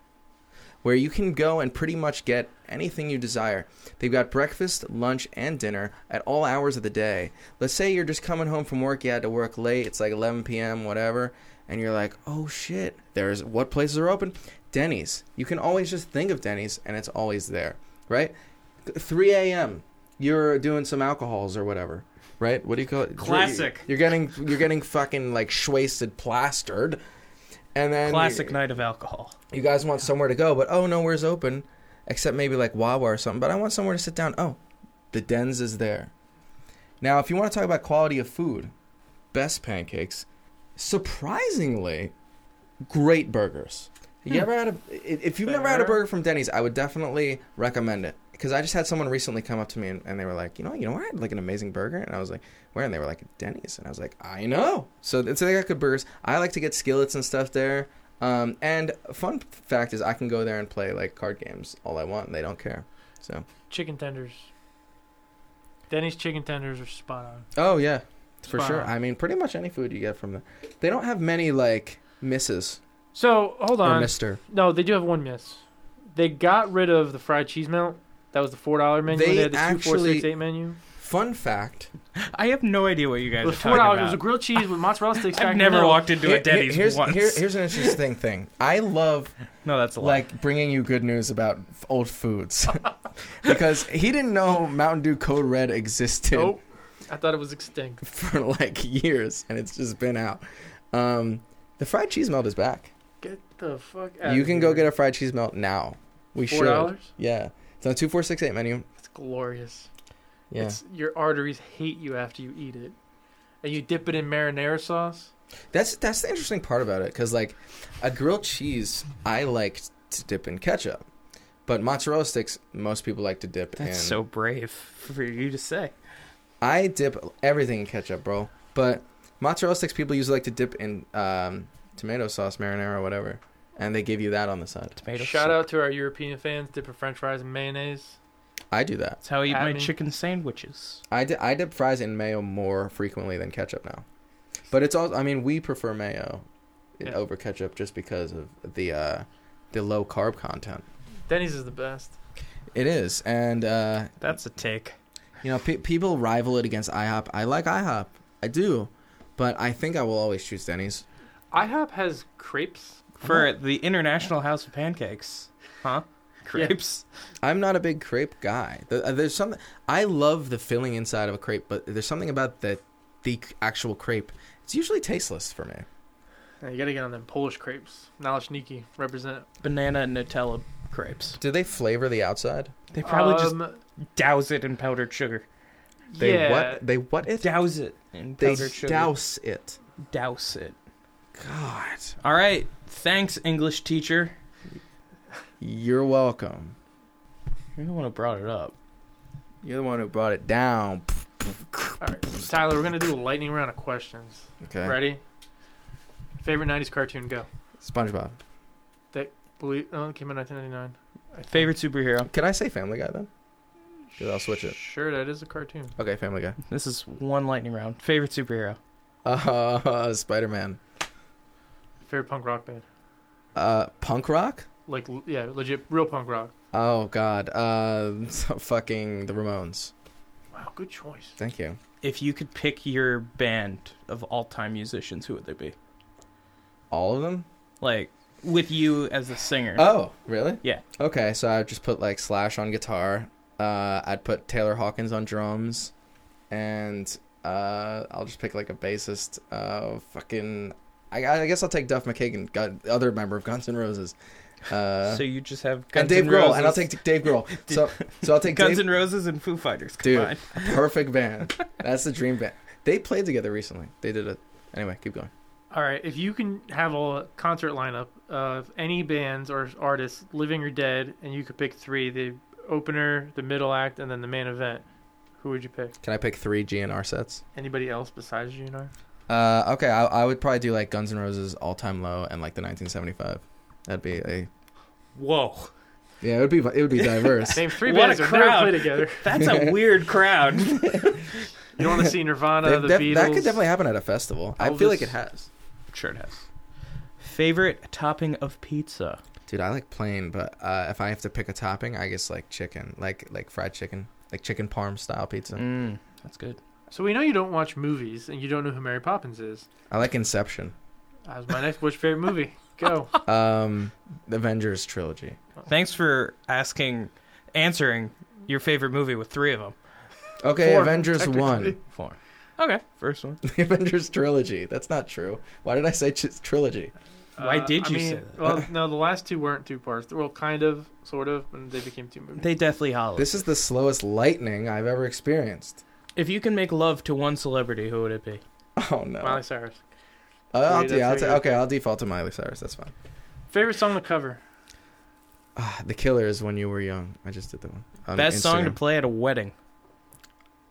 Speaker 4: where you can go and pretty much get anything you desire. They've got breakfast, lunch, and dinner at all hours of the day. Let's say you're just coming home from work, you had to work late, it's like 11 p.m., whatever, and you're like, oh shit, there's what places are open? Denny's. You can always just think of Denny's, and it's always there, right? 3 a.m., you're doing some alcohols or whatever. Right? What do you call it?
Speaker 5: Classic.
Speaker 4: You're getting you're getting fucking like schwasted plastered, and then
Speaker 5: Classic night of alcohol.
Speaker 4: you guys want somewhere to go, but oh, nowhere's open, except maybe like Wawa or something. But I want somewhere to sit down. Oh, the Dens is there. Now, if you want to talk about quality of food, best pancakes, surprisingly, great burgers. You ever had a? i- If you've never had a
Speaker 5: Fair.
Speaker 4: burger from Denny's, I would definitely recommend it because I just had someone recently come up to me and, and they were like, you know, you know, where I had like an amazing burger, and I was like, where? And they were like, Denny's, and I was like, I know. So, th- so they got good burgers. I like to get skillets and stuff there. Um, and fun fact is, I can go there and play like card games all I want, and they don't care. So,
Speaker 3: Chicken tenders. Denny's chicken tenders are spot on.
Speaker 4: oh yeah, for
Speaker 3: Spot
Speaker 4: sure.
Speaker 3: on.
Speaker 4: I mean, pretty much any food you get from there. They don't have many like misses
Speaker 3: So hold
Speaker 4: or
Speaker 3: on.
Speaker 4: Mister.
Speaker 3: No, they do have one miss. They got rid of the fried cheese melt. That was the four dollar menu.
Speaker 4: They
Speaker 3: They, had the two four
Speaker 4: actually-
Speaker 3: six eight menu.
Speaker 4: Fun fact.
Speaker 5: I have no idea what you
Speaker 3: It
Speaker 5: guys
Speaker 3: was
Speaker 5: are
Speaker 3: four
Speaker 5: talking
Speaker 3: dollars. It was a
Speaker 5: about.
Speaker 3: grilled cheese with mozzarella sticks.
Speaker 5: I've never walked into
Speaker 4: Here-
Speaker 5: a Denny's
Speaker 4: here- here's,
Speaker 5: once.
Speaker 4: here- here's an interesting thing. I love
Speaker 5: no, that's a lie.
Speaker 4: like bringing you good news about f- old foods because he didn't know Mountain Dew Code Red existed
Speaker 3: Nope. Oh, I thought it was extinct.
Speaker 4: for like years, and it's just been out. Um, the fried cheese melt is back.
Speaker 3: Get the fuck out.
Speaker 4: you can go get a fried cheese melt now. We
Speaker 3: four
Speaker 4: should.
Speaker 3: dollars.
Speaker 4: Yeah, it's on two four six eight menu.
Speaker 3: It's glorious.
Speaker 4: Yeah.
Speaker 3: It's your arteries hate you after you eat it, and you dip it in marinara sauce.
Speaker 4: That's that's the interesting part about it because like a grilled cheese, I like to dip in ketchup, but mozzarella sticks most people like to dip. in.
Speaker 5: that's so brave for you to say.
Speaker 4: I dip everything in ketchup, bro. But mozzarella sticks people usually like to dip in um, tomato sauce, marinara, whatever, and they give you that on the side.
Speaker 5: Tomato
Speaker 3: Shout
Speaker 5: soup.
Speaker 3: out to our European fans dipping French fries in mayonnaise.
Speaker 4: I do that.
Speaker 5: That's how I eat
Speaker 3: At
Speaker 5: my
Speaker 3: me.
Speaker 5: chicken sandwiches.
Speaker 4: I, di- I dip fries in mayo more frequently than ketchup now, but it's all. I mean, we prefer mayo
Speaker 3: Yeah.
Speaker 4: over ketchup just because of the uh, the low carb content.
Speaker 3: Denny's is the best.
Speaker 4: It is, and uh,
Speaker 5: That's a take.
Speaker 4: you know, pe- people rival it against IHOP. I like IHOP, I do, but I think I will always choose Denny's.
Speaker 3: IHOP has crepes.
Speaker 5: For the International House of Pancakes. Huh? Crepes?
Speaker 4: I'm not a big crepe guy. The, uh, there's something I love the filling inside of a crepe, but there's something about the the actual crepe. It's usually tasteless for me.
Speaker 3: Yeah, you gotta get on them Polish crepes. Nalichniki represent.
Speaker 5: Banana and Nutella crepes.
Speaker 4: Do they flavor the outside?
Speaker 5: They probably just
Speaker 3: Um,
Speaker 5: douse it in powdered sugar.
Speaker 4: They
Speaker 3: yeah.
Speaker 4: what? They what it?
Speaker 5: Douse it in
Speaker 4: they
Speaker 5: powdered sugar.
Speaker 4: douse it.
Speaker 5: Douse it.
Speaker 4: God,
Speaker 5: All right. Thanks, English teacher.
Speaker 4: you're welcome.
Speaker 5: You're the one who brought it up.
Speaker 4: You're the one who brought it down.
Speaker 3: All right, Tyler, we're gonna do a lightning round of questions.
Speaker 4: Okay,
Speaker 3: Ready? Favorite '90s cartoon? Go.
Speaker 4: SpongeBob.
Speaker 3: Believe. Oh, it came out 1999.
Speaker 5: Favorite superhero?
Speaker 4: Can I say Family Guy then? Dude, I'll switch it.
Speaker 3: Sure, that is a cartoon.
Speaker 4: Okay, Family Guy.
Speaker 5: This is one lightning round. Favorite superhero?
Speaker 4: Uh, Spider Man.
Speaker 3: Favorite punk rock band?
Speaker 4: Uh, punk rock.
Speaker 3: Like, l- yeah, legit, real punk rock.
Speaker 4: Oh God. Uh, fucking the Ramones.
Speaker 3: Wow, good choice.
Speaker 4: Thank you.
Speaker 5: If you could pick your band of all-time musicians, who would they be?
Speaker 4: All of them.
Speaker 5: Like with you as the singer.
Speaker 4: Oh, really?
Speaker 5: Yeah.
Speaker 4: Okay, so I would just put like Slash on guitar. Uh, I'd put Taylor Hawkins on drums, and uh, I'll just pick like a bassist. Uh, fucking, I, I guess I'll take Duff McKagan, gun, other member of Guns N' Roses. Uh,
Speaker 5: so you just have Guns
Speaker 4: and Dave
Speaker 5: N'
Speaker 4: Grohl,
Speaker 5: Roses.
Speaker 4: and I'll take Dave Grohl. So, so I'll take
Speaker 5: Guns
Speaker 4: Dave.
Speaker 5: N' Roses and Foo Fighters
Speaker 4: Dude.
Speaker 5: combined.
Speaker 4: Perfect band. That's the dream band. They played together recently. They did a. Anyway, keep going.
Speaker 3: All right, if you can have a concert lineup of any bands or artists, living or dead, and you could pick three the opener, the middle act, and then the main event, who would you pick?
Speaker 4: Can I pick three GNR sets?
Speaker 3: Anybody else besides you and I?
Speaker 4: Uh, okay, I, I would probably do like Guns N' Roses All Time Low and like the 1975. That'd be a
Speaker 5: Whoa,
Speaker 4: yeah. It would be it would be diverse.
Speaker 3: Name three
Speaker 5: What
Speaker 3: bands
Speaker 5: a
Speaker 3: that never
Speaker 5: crowd.
Speaker 3: played together.
Speaker 5: that's a weird crowd.
Speaker 3: You want to see Nirvana,
Speaker 4: They-
Speaker 3: the
Speaker 4: that,
Speaker 3: Beatles?
Speaker 4: that could definitely happen at a festival. I feel like
Speaker 3: Elvis.
Speaker 4: it has.
Speaker 5: sure it has. Favorite topping of pizza?
Speaker 4: Dude, I like plain, but uh, if I have to pick a topping, I guess like chicken, like like fried chicken, like chicken parm style pizza.
Speaker 5: Mm, that's good.
Speaker 3: So we know you don't watch movies and you don't know who Mary Poppins is.
Speaker 4: I like Inception,
Speaker 3: That was my next which favorite movie. Go.
Speaker 4: um, the Avengers trilogy.
Speaker 5: Thanks for asking, answering your favorite movie with three of them.
Speaker 4: Okay,
Speaker 3: Four,
Speaker 4: Avengers
Speaker 3: technically.
Speaker 4: one,
Speaker 5: Four. Okay, first one.
Speaker 4: the Avengers trilogy. That's not true. Why did I say ch- trilogy?
Speaker 5: Why did you
Speaker 3: Uh, I mean,
Speaker 5: say that?
Speaker 3: Well, no, the last two weren't two parts. Well, kind of, sort of, and they became two movies.
Speaker 5: They deathly hollow.
Speaker 4: This is the slowest lightning I've ever experienced.
Speaker 5: If you can make love to one celebrity, who would it be?
Speaker 4: Oh no.
Speaker 3: Miley Cyrus.
Speaker 4: Uh, I'll,
Speaker 3: Wait,
Speaker 4: de- I'll
Speaker 3: that's
Speaker 4: ta-
Speaker 3: how you-
Speaker 4: okay, I'll default to Miley Cyrus. That's fine.
Speaker 3: Favorite song to cover.
Speaker 4: Ah, the killer is when you were young. I just did that one. On
Speaker 5: Best song to
Speaker 4: Instagram.
Speaker 5: play at a wedding.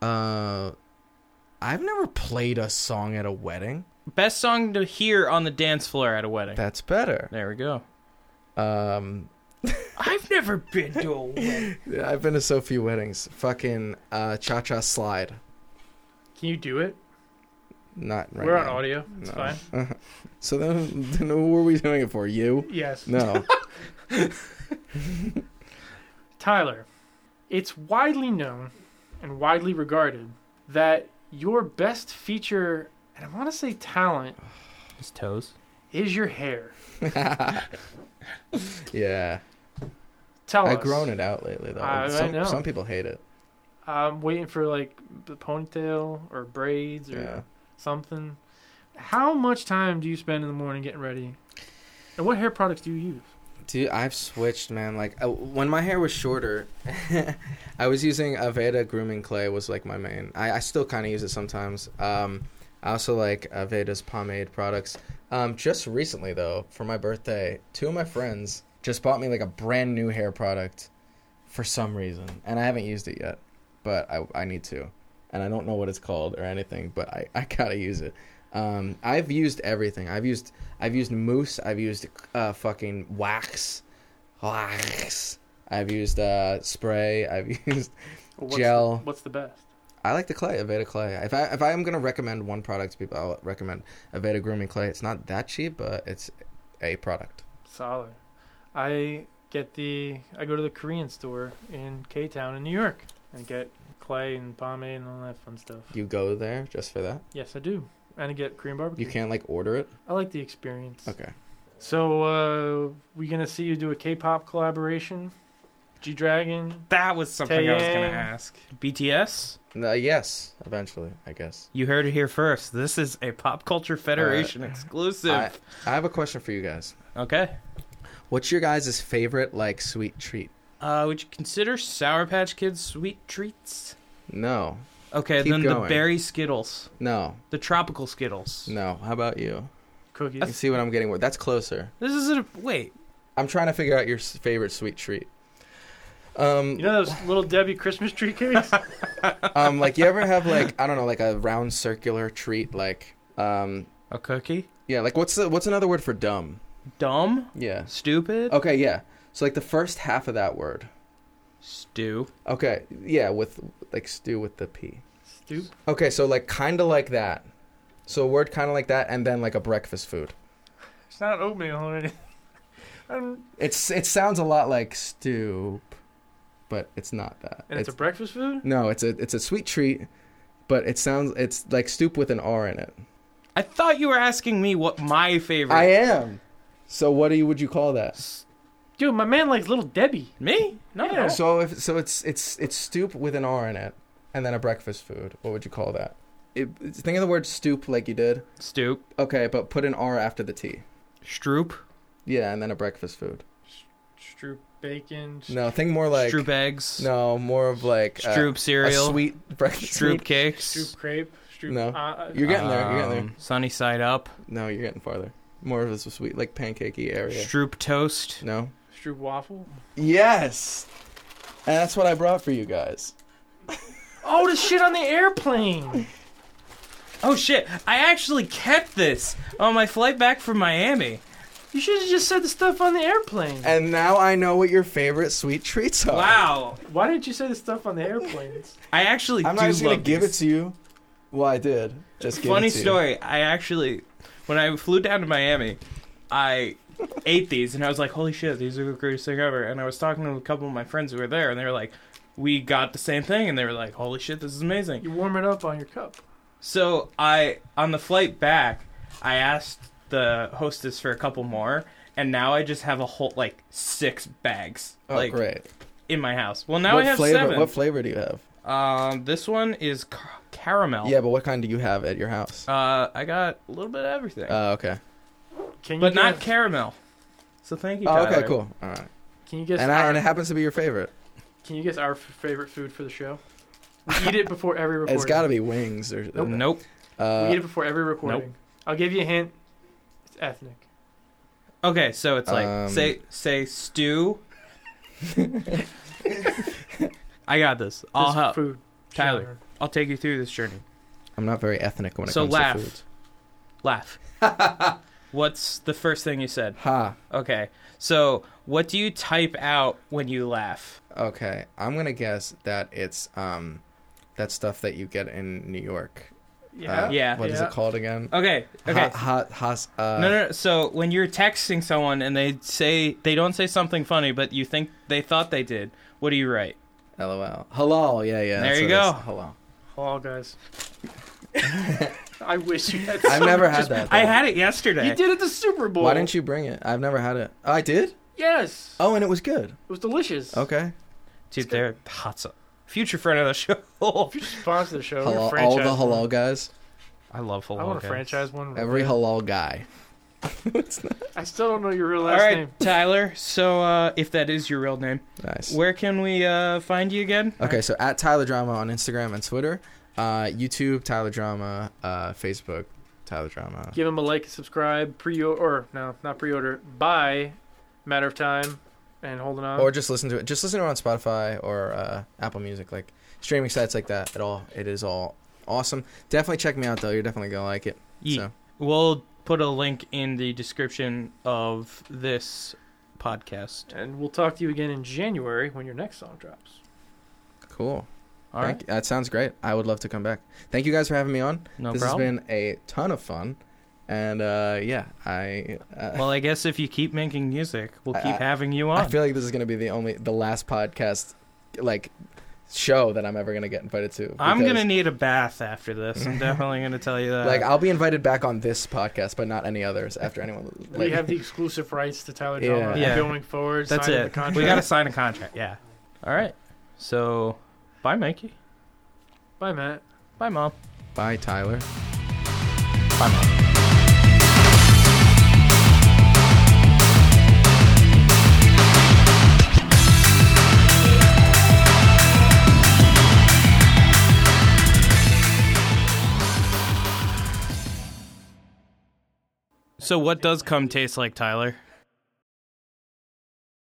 Speaker 4: Uh, I've never played a song at a wedding.
Speaker 5: Best song to hear on the dance floor at a wedding.
Speaker 4: That's better.
Speaker 5: There we go.
Speaker 4: Um,
Speaker 5: I've never been to a wedding.
Speaker 4: I've been to so few weddings. Fucking uh, cha cha slide.
Speaker 3: Can you do it?
Speaker 4: Not right
Speaker 3: We're
Speaker 4: now.
Speaker 3: on audio. It's
Speaker 4: No.
Speaker 3: fine.
Speaker 4: So then, then who were we doing it for? You?
Speaker 3: Yes.
Speaker 4: No.
Speaker 3: Tyler, it's widely known and widely regarded that your best feature, and I want to say talent,
Speaker 5: His toes.
Speaker 3: is your hair.
Speaker 4: yeah.
Speaker 3: Tell us.
Speaker 4: I've grown it out lately though.
Speaker 3: I- I
Speaker 4: some,
Speaker 3: know.
Speaker 4: some people hate it.
Speaker 3: I'm waiting for like the ponytail or braids or
Speaker 4: Yeah.
Speaker 3: something. How much time do you spend in the morning getting ready? And what hair products do you use?
Speaker 4: Dude, I've switched, man. Like I, when my hair was shorter, I was using Aveda grooming clay was like my main. I, I still kind of use it sometimes. Um, I also like Aveda's pomade products. Um, just recently though, for my birthday, two of my friends just bought me like a brand new hair product for some reason, and I haven't used it yet, but I I need to, and I don't know what it's called or anything, but I I gotta use it. Um, I've used everything. I've used I've used mousse. I've used uh, fucking wax, wax. I've used uh, spray. I've used.
Speaker 3: What's
Speaker 4: Gel.
Speaker 3: The, what's the best?
Speaker 4: I like the clay, Aveda clay. If I if I am gonna recommend one product to people, I'll recommend Aveda grooming clay. It's not that cheap, but it's a product.
Speaker 3: Solid. I get the. I go to the Korean store in K Town in New York and get clay and pomade and all that fun stuff.
Speaker 4: You go there just for that.
Speaker 3: Yes, I do. And I get Korean barbecue.
Speaker 4: You can't like order it.
Speaker 3: I like the experience.
Speaker 4: Okay.
Speaker 3: So, uh, we gonna see you do a K-pop collaboration? G Dragon.
Speaker 5: That was something I was going to
Speaker 3: Taeyang.
Speaker 5: ask. BTS?
Speaker 4: Uh, yes, eventually, I guess.
Speaker 5: You heard it here first. This is a Pop Culture Federation exclusive.
Speaker 4: I, I have a question for you guys.
Speaker 5: okay.
Speaker 4: What's your guys' favorite like sweet treat?
Speaker 5: Uh, would you consider Sour Patch Kids sweet treats?
Speaker 4: No,
Speaker 5: Okay,
Speaker 4: Keep
Speaker 5: then the
Speaker 4: going.
Speaker 5: berry Skittles,
Speaker 4: no,
Speaker 5: the tropical Skittles.
Speaker 4: no. How about you?
Speaker 3: Cookies.
Speaker 4: You see what I'm getting? with- That's closer.
Speaker 5: This is a wait.
Speaker 4: I'm trying to figure out your s- favorite sweet treat. Um,
Speaker 3: You know those little Debbie Christmas tree cakes?
Speaker 4: um, like you ever have like I don't know, like a round circular treat, like um,
Speaker 5: A cookie?
Speaker 4: yeah, like what's the, what's another word for dumb?
Speaker 5: Dumb?
Speaker 4: Yeah.
Speaker 5: Stupid?
Speaker 4: Okay, yeah. So like the first half of that word.
Speaker 5: Stew.
Speaker 4: Okay, yeah, with like stew with the p.
Speaker 3: Stoop.
Speaker 4: Okay, so like kind of like that. So a word kind of like that, and then like a breakfast food.
Speaker 3: It's not oatmeal or anything. Um, And,
Speaker 4: It's it sounds a lot like stoop, but it's not that.
Speaker 3: and it's, a breakfast food?
Speaker 4: no, it's a it's a sweet treat, but it sounds it's like stoop with an r in it.
Speaker 5: I thought you were asking me what my favorite.
Speaker 4: I am. So what do you, would you call that?
Speaker 5: S-
Speaker 3: Dude, my man likes little Debbie.
Speaker 5: Me? No.
Speaker 3: Yeah.
Speaker 4: So if so, it's it's it's stoop with an R in it, and then a breakfast food. What would you call that? It, it's- think of the word stoop like you did.
Speaker 5: Stoop.
Speaker 4: Okay, but put an R after the T.
Speaker 5: Stroop.
Speaker 4: Yeah, and then a breakfast food.
Speaker 3: Stroop bacon.
Speaker 4: No, think more like
Speaker 5: Stroop eggs.
Speaker 4: no, more of like uh,
Speaker 5: Stroop
Speaker 4: a
Speaker 5: cereal.
Speaker 4: sweet breakfast.
Speaker 5: Stroop
Speaker 4: food.
Speaker 5: cakes.
Speaker 3: Stroop crepe. Stroop.
Speaker 4: No.
Speaker 3: Uh,
Speaker 4: You're getting there. You're getting
Speaker 5: Um, Sunny side up.
Speaker 4: there. No, you're getting farther. More of a sweet, like pancakey area.
Speaker 5: Stroop toast.
Speaker 4: No.
Speaker 3: Stroop waffle.
Speaker 4: Yes, and that's what I brought for you guys.
Speaker 3: Oh, the shit on the airplane.
Speaker 5: Oh shit! I actually kept this on my flight back from Miami.
Speaker 3: You should have just said the stuff on the airplane.
Speaker 4: And now I know what your favorite sweet treats are.
Speaker 5: Wow!
Speaker 3: Why didn't you say the stuff on the airplanes?
Speaker 5: I actually
Speaker 4: I'm
Speaker 5: do
Speaker 4: not just gonna
Speaker 5: love
Speaker 4: give it
Speaker 5: these.
Speaker 4: to you. Well, I did. Just give
Speaker 5: Funny
Speaker 4: it to you.
Speaker 5: story. I actually, when I flew down to Miami, I ate these and I was like, holy shit, these are the greatest thing ever. And I was talking to a couple of my friends who were there and they were like, we got the same thing. And they were like, holy shit, this is amazing.
Speaker 3: You warm it up on your cup.
Speaker 5: So I, on the flight back, I asked the hostess for a couple more. And now I just have a whole, like, six bags.
Speaker 4: Oh,
Speaker 5: like,
Speaker 4: great.
Speaker 5: in my house. Well, now
Speaker 4: what
Speaker 5: I have
Speaker 4: flavor?
Speaker 5: seven.
Speaker 4: What flavor do you have?
Speaker 5: Um, this one is car- caramel.
Speaker 4: Yeah, but what kind do you have at your house?
Speaker 5: Uh, I got a little bit of everything,
Speaker 4: Oh, okay.
Speaker 3: Can you
Speaker 5: but not
Speaker 3: guess,
Speaker 5: caramel. So thank you.
Speaker 4: Oh,
Speaker 5: Tyler.
Speaker 4: okay, cool. All right.
Speaker 3: Can you guess?
Speaker 4: And, I,
Speaker 3: our,
Speaker 4: and it happens to be your favorite.
Speaker 3: can you guess our f- favorite food for the show? We eat it before every recording.
Speaker 4: It's got to be wings. Or,
Speaker 3: Nope.
Speaker 5: Nope.
Speaker 4: Uh,
Speaker 3: we eat it before every recording. I'll give you a hint. It's ethnic.
Speaker 5: Okay, so it's like
Speaker 4: Um,
Speaker 5: say say stew. I got this. I'll
Speaker 3: This
Speaker 5: help.
Speaker 3: Food.
Speaker 5: Tyler.
Speaker 3: genre.
Speaker 4: Uh,
Speaker 5: I'll take you through this journey.
Speaker 4: I'm not very ethnic when it
Speaker 5: So
Speaker 4: comes
Speaker 5: laugh.
Speaker 4: to foods.
Speaker 5: Laugh. What's the first thing you said?
Speaker 4: Ha.
Speaker 5: Okay. So what do you type out when you laugh?
Speaker 4: Okay. I'm gonna guess that it's um, that stuff that you get in New York.
Speaker 3: Yeah.
Speaker 4: Uh,
Speaker 5: Yeah.
Speaker 4: What is
Speaker 3: Yeah.
Speaker 4: it called again?
Speaker 5: Okay.
Speaker 4: Ha,
Speaker 5: Okay.
Speaker 4: ha, ha, uh,
Speaker 5: no, no, no. So when you're texting someone and they say they don't say something funny, but you think they thought they did, what do you write?
Speaker 4: LOL. Halal. Yeah, yeah.
Speaker 5: There
Speaker 4: that's
Speaker 5: you
Speaker 4: what it is.
Speaker 5: go.
Speaker 4: Halal.
Speaker 3: Hello, guys. I wish you had.
Speaker 4: I've never
Speaker 3: some-
Speaker 4: had
Speaker 3: just-
Speaker 4: that.
Speaker 5: I
Speaker 4: though.
Speaker 5: had it yesterday.
Speaker 3: You did at the Super Bowl.
Speaker 4: Why didn't you bring it? I've never had it. Oh, I did.
Speaker 3: Yes.
Speaker 4: Oh, and it was good.
Speaker 3: It was delicious.
Speaker 4: Okay.
Speaker 5: Dude, they're hot. so- Future friend of the show.
Speaker 3: If you sponsor the show, we're
Speaker 4: Halal, all the
Speaker 3: franchise
Speaker 4: halal
Speaker 3: one.
Speaker 4: guys.
Speaker 5: I love halal.
Speaker 3: I want to
Speaker 5: guys.
Speaker 3: franchise one.
Speaker 4: Every halal guy. It's not-
Speaker 3: I still don't know your real
Speaker 5: All
Speaker 3: last
Speaker 5: right,
Speaker 3: name.
Speaker 5: Tyler. So uh, if that is your real name,
Speaker 4: nice.
Speaker 5: where can we uh, find you again?
Speaker 4: Okay, so at Tyler Drama on Instagram and Twitter, uh, YouTube Tyler Drama, uh, Facebook Tyler Drama.
Speaker 3: Give him a like, subscribe, pre-order, or no, not pre-order, buy, matter of time, and holding on.
Speaker 4: Or just listen to it. Just listen to it on Spotify or uh, Apple Music, like streaming sites like that. It all it is all awesome. Definitely check me out though. You're definitely gonna like it.
Speaker 5: Ye-
Speaker 4: So
Speaker 5: We'll put a link in the description of this podcast.
Speaker 3: and we'll talk to you again in January when your next song drops.
Speaker 4: cool.
Speaker 5: All
Speaker 4: Thank
Speaker 5: right,
Speaker 4: you. That sounds great. I would love to come back. Thank you guys for having me on.
Speaker 5: no
Speaker 4: this
Speaker 5: problem.
Speaker 4: has been a ton of fun, and uh, yeah, I uh,
Speaker 5: Well, I guess if you keep making music, we'll
Speaker 4: I-
Speaker 5: keep
Speaker 4: I-
Speaker 5: having you
Speaker 4: I
Speaker 5: on.
Speaker 4: feel like this is gonna be the only the last podcast like show that I'm ever gonna get invited to.
Speaker 5: I'm
Speaker 4: because-
Speaker 5: gonna need a bath after this. I'm definitely gonna tell you that.
Speaker 4: like I'll be invited back on this podcast, but not any others after anyone.
Speaker 3: we
Speaker 4: Like,
Speaker 3: have the exclusive rights to Tyler
Speaker 4: Yeah.
Speaker 3: Drama
Speaker 5: Yeah.
Speaker 3: going forward.
Speaker 5: That's
Speaker 3: signing
Speaker 5: it.
Speaker 3: The contract.
Speaker 5: We gotta sign a contract. Yeah. All right. So, bye, Mikey.
Speaker 3: Bye, Matt.
Speaker 5: Bye, mom.
Speaker 4: bye, Tyler.
Speaker 5: Bye, mom. So, what does cum taste like, Tyler?